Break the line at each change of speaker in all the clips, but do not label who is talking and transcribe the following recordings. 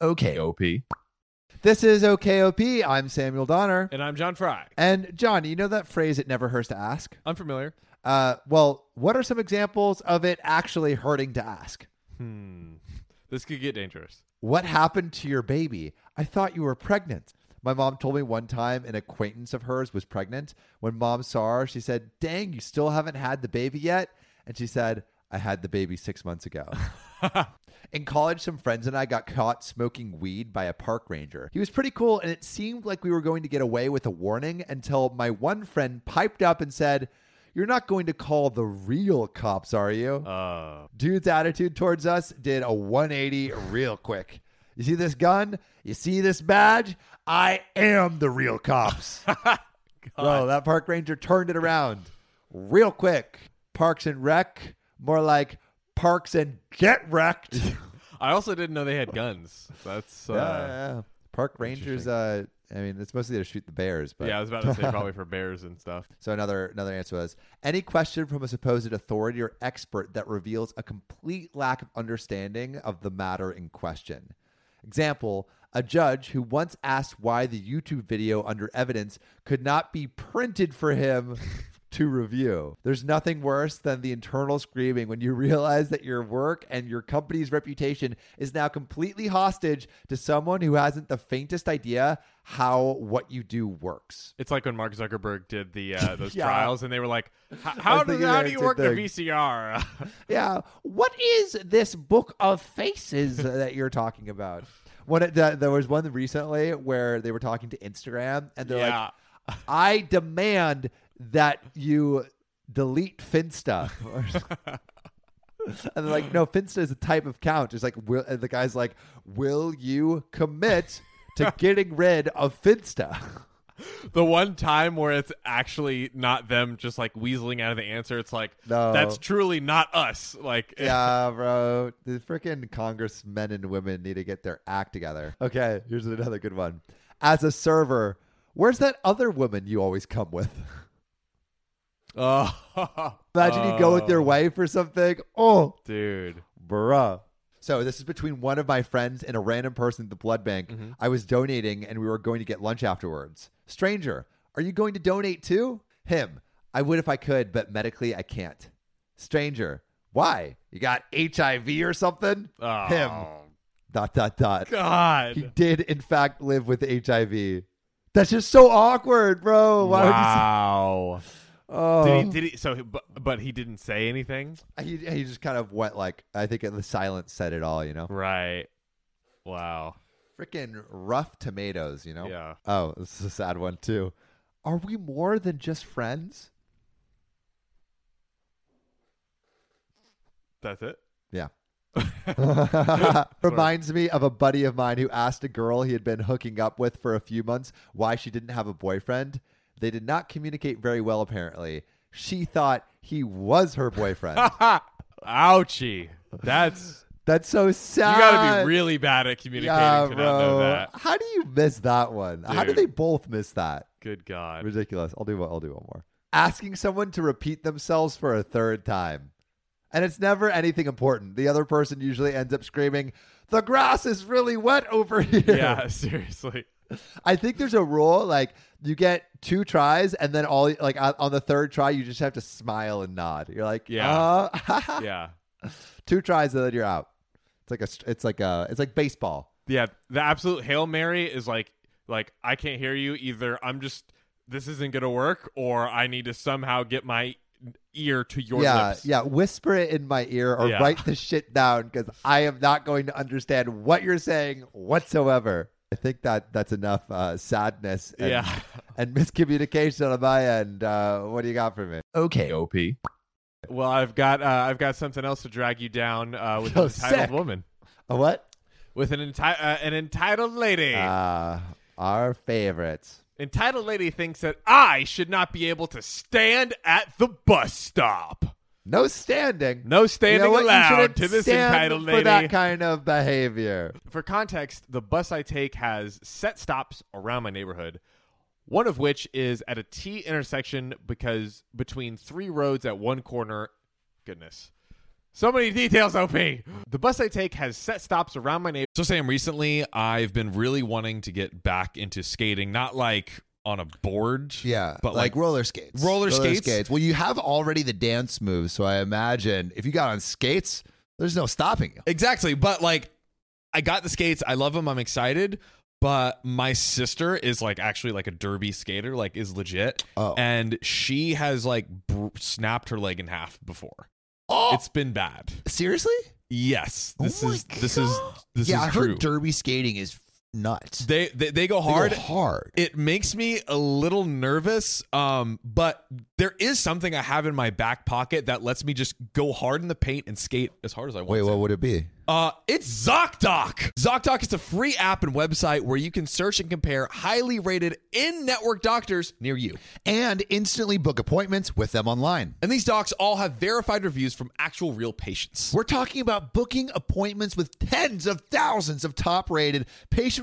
Okay.
OP.
This is OKOP. I'm Samuel Donner.
And I'm John Fry.
And John, you know that phrase, it never hurts to ask?
Unfamiliar.
Uh, well, what are some examples of it actually hurting to ask?
Hmm. This could get dangerous.
What happened to your baby? I thought you were pregnant. My mom told me one time an acquaintance of hers was pregnant. When mom saw her, she said, Dang, you still haven't had the baby yet? And she said, I had the baby six months ago. In college, some friends and I got caught smoking weed by a park ranger. He was pretty cool, and it seemed like we were going to get away with a warning until my one friend piped up and said, You're not going to call the real cops, are you?
Uh,
Dude's attitude towards us did a 180 real quick. You see this gun? You see this badge? I am the real cops. Bro, that park ranger turned it around real quick. Parks and Rec, more like Parks and Get Wrecked.
I also didn't know they had guns. That's uh,
Yeah,
yeah,
yeah, yeah. Park Rangers. Uh, I mean, it's mostly to shoot the bears, but
I was about to say probably for bears and stuff.
So another another answer was any question from a supposed authority or expert that reveals a complete lack of understanding of the matter in question. Example, a judge who once asked why the YouTube video under evidence could not be printed for him to review. There's nothing worse than the internal screaming when you realize that your work and your company's reputation is now completely hostage to someone who hasn't the faintest idea how what you do works.
It's like when Mark Zuckerberg did the uh, those
Yeah.
trials, and they were like, "H- "How do
thinking
how
the
do you
same
work
thing.
the VCR?"
Yeah. What is this book of faces that you're talking about? One, of the, there was one recently where they were talking to Instagram, and they're
Yeah.
like, "I demand that you delete Finsta." and they're like, "No, Finsta is a type of count." It's like, will, and the guy's like, "Will you commit to getting rid of Finsta?"
the one time where it's actually not them just like weaseling out of the answer. It's like
No.
that's truly not us. Like
yeah, bro. The freaking congressmen and women need to get their act together. Okay, here's another good one. As a server, where's that other woman you always come with?
Oh.
Imagine you go with your wife or something. Oh,
dude.
bruh. So this is between one of my friends and a random person at the blood bank. I was donating and we were going to get lunch afterwards. Stranger, are you going to donate too? Him. I would if I could, but medically I can't. Stranger, why? You got HIV or something?
Oh,
Him. Dot dot dot.
God.
He did in fact live with HIV. That's just so awkward, bro. Why
wow.
would you say,
Did he, did he? So, he- but, but he didn't say anything,
oh, he, he just kind of went like I think the silence said it all, you know.
right? Wow.
Freaking rough tomatoes, you know.
Yeah.
Oh, this is a sad one too. Are we more than just friends?
That's it.
Yeah. Reminds me of a buddy of mine who asked a girl he had been hooking up with for a few months why she didn't have a boyfriend. They did not communicate very well, apparently. She thought he was her boyfriend.
Ha! Ouchie. That's
That's so
you
sad.
got to be really bad at communicating
yeah,
to
bro.
not know that.
How do you miss that one? How do
Dude.
they both miss that?
Good God.
Ridiculous. I'll do one. I'll do one more. Asking someone to repeat themselves for a third time, and it's never anything important. The other person usually ends up screaming, "The grass is really wet over here."
Yeah. Seriously.
I think there's a rule like you get two tries, and then all like on on the third try, you just have to smile and nod. You're like,
Yeah.
"Uh,
Yeah.
two tries, and then you're out." It's like a. st- It's like a. It's like baseball.
Yeah. The absolute hail mary is like, like I can't hear you either. I'm just this isn't gonna work, or I need to somehow get my ear to your
yeah,
lips.
yeah. Whisper it in my ear or
Yeah.
write this shit down because I am not going to understand what you're saying whatsoever. I think that that's enough uh, sadness and,
Yeah.
and miscommunication on my end. Uh, what do you got for me? Okay.
Op. Well, I've got uh, I've got something else to drag you down uh, with
So
an entitled
Oh, sick.
woman,
A what?
with an enti- uh, an entitled lady.
Uh, our favorites.
entitled lady thinks that I should not be able to stand at the bus stop.
No standing.
No
You know
standing
what? You
allowed
shouldn't
to this
stand
entitled
for
lady.
that kind of behavior.
For context, the bus I take has set stops around my neighborhood, one of which is at a T intersection because between three roads at one corner, goodness, So many details, OP. The bus I take has set stops around my neighborhood.
So Sam, recently I've been really wanting to get back into skating, not like on a board.
Yeah,
But, like,
roller skates.
roller skates?
Well, you have already the dance moves, so I imagine if you got on skates, there's no stopping you.
Exactly. But like I got the skates. I love them. I'm excited. But my sister is like actually like a derby skater, like is legit.
Oh.
And she has like br- snapped her leg in half before.
Oh,
It's been bad.
seriously?
Yes.
Oh
This
my
is this is
God.
this
yeah,
is
I
true.
heard derby skating is nuts.
they, they they go
They go
hard.
hard.
it makes me a little nervous um but there is something i have in my back pocket that lets me just go hard in the paint and skate as hard as i want
Wait,
to.
what would it be?
uh it's zocdoc zocdoc is a free app and website where you can search and compare highly rated in-network doctors near you
And instantly book appointments with them online.
and these docs all have verified reviews from actual real patients
We're talking about booking appointments with tens of thousands of top rated, patient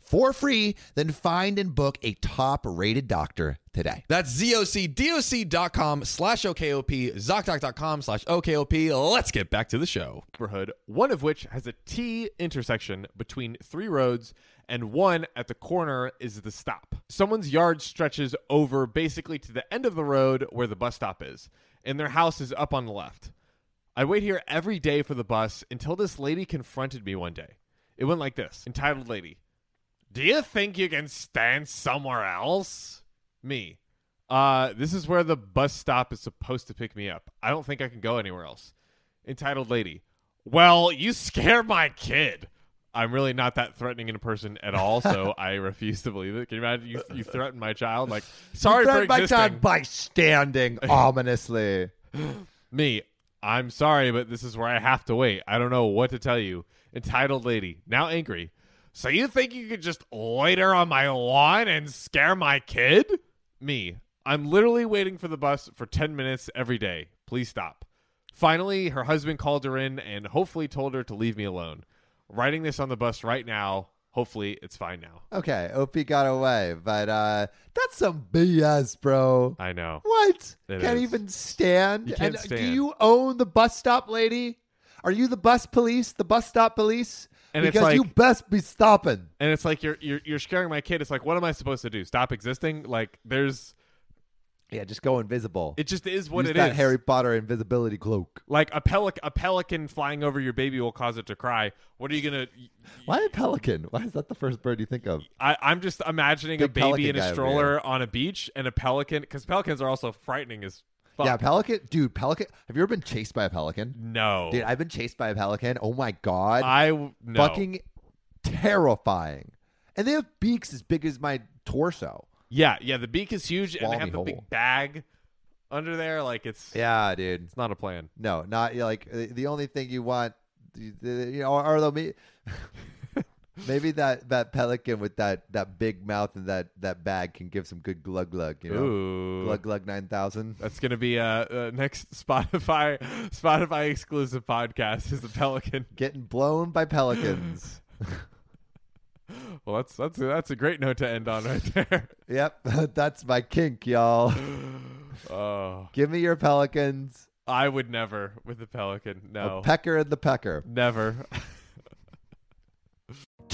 for free. Then find and book a top rated doctor today.
That's zocdoc.com slash OKOP, ZocDoc.com slash OKOP. Let's get back to the show.
neighborhood, one of which has a T intersection between three roads, and one at the corner is the stop. Someone's yard stretches over basically to the end of the road where the bus stop is, and their house is up on the left. I wait here every day for the bus until this lady confronted me one day. It went like this Entitled Lady, Do you think you can stand somewhere else? Me. Uh, this is where the bus stop is supposed to pick me up. I don't think I can go anywhere else. Entitled Lady. Well, you scare my kid. I'm really not that threatening in a person at all, so I refuse to believe it. Can you imagine you, you threaten my child? Like, sorry for
Thread my
existing.
tongue by standing ominously.
Me, I'm sorry, but this is where I have to wait. I don't know what to tell you. Entitled lady, now angry. So you think you could just loiter on my lawn and scare my kid? Me, I'm literally waiting for the bus for 10 minutes every day. Please stop. Finally, her husband called her in and hopefully told her to leave me alone. Writing this on the bus right now. Hopefully, it's fine now.
Okay, Opie got away, but uh that's some BS, bro.
I know.
What?
It
can't
is.
even stand.
You can't
and uh, do
stand.
you own the bus stop, lady? Are you the bus police? The bus stop police?
And it's
because you
like-
best be stopping.
and it's like you're you're you're scaring my kid. It's like what am I supposed to do? Stop existing? Like there's
Yeah, just go invisible.
it just is what
Use
it is.
that Harry Potter invisibility cloak.
Like a pelic a pelican flying over your baby will cause it to cry. What are you gonna?
Why a pelican? Why is that the first bird you think of?
I, I'm just imagining a
Big pelican
baby in
guy
a
over
stroller on a beach and a pelican because pelicans are also frightening as fuck.
Yeah, pelican, dude. Pelican. Have you ever been chased by a pelican?
no,
Dude, I've been chased by a pelican. Oh my god.
I w- no.
fucking terrifying. And they have beaks as big as my torso.
yeah yeah. The beak is huge and they
Swallow
have
me
the
whole.
big bag under there. Like it's
Yeah, dude.
it's not a plan.
No, not like the the only thing you want, you you know, or though me, maybe that that pelican with that that big mouth and that that bag can give some good glug glug, you know,
Ooh.
glug glug nine thousand.
That's gonna be uh, uh next Spotify Spotify exclusive podcast is the pelican.
Getting blown by pelicans.
Well, that's that's that's a great note to end on right there.
yep, that's my kink, y'all.
Oh.
Give me your pelicans.
I would never with the pelican. No,
A pecker and the pecker.
never.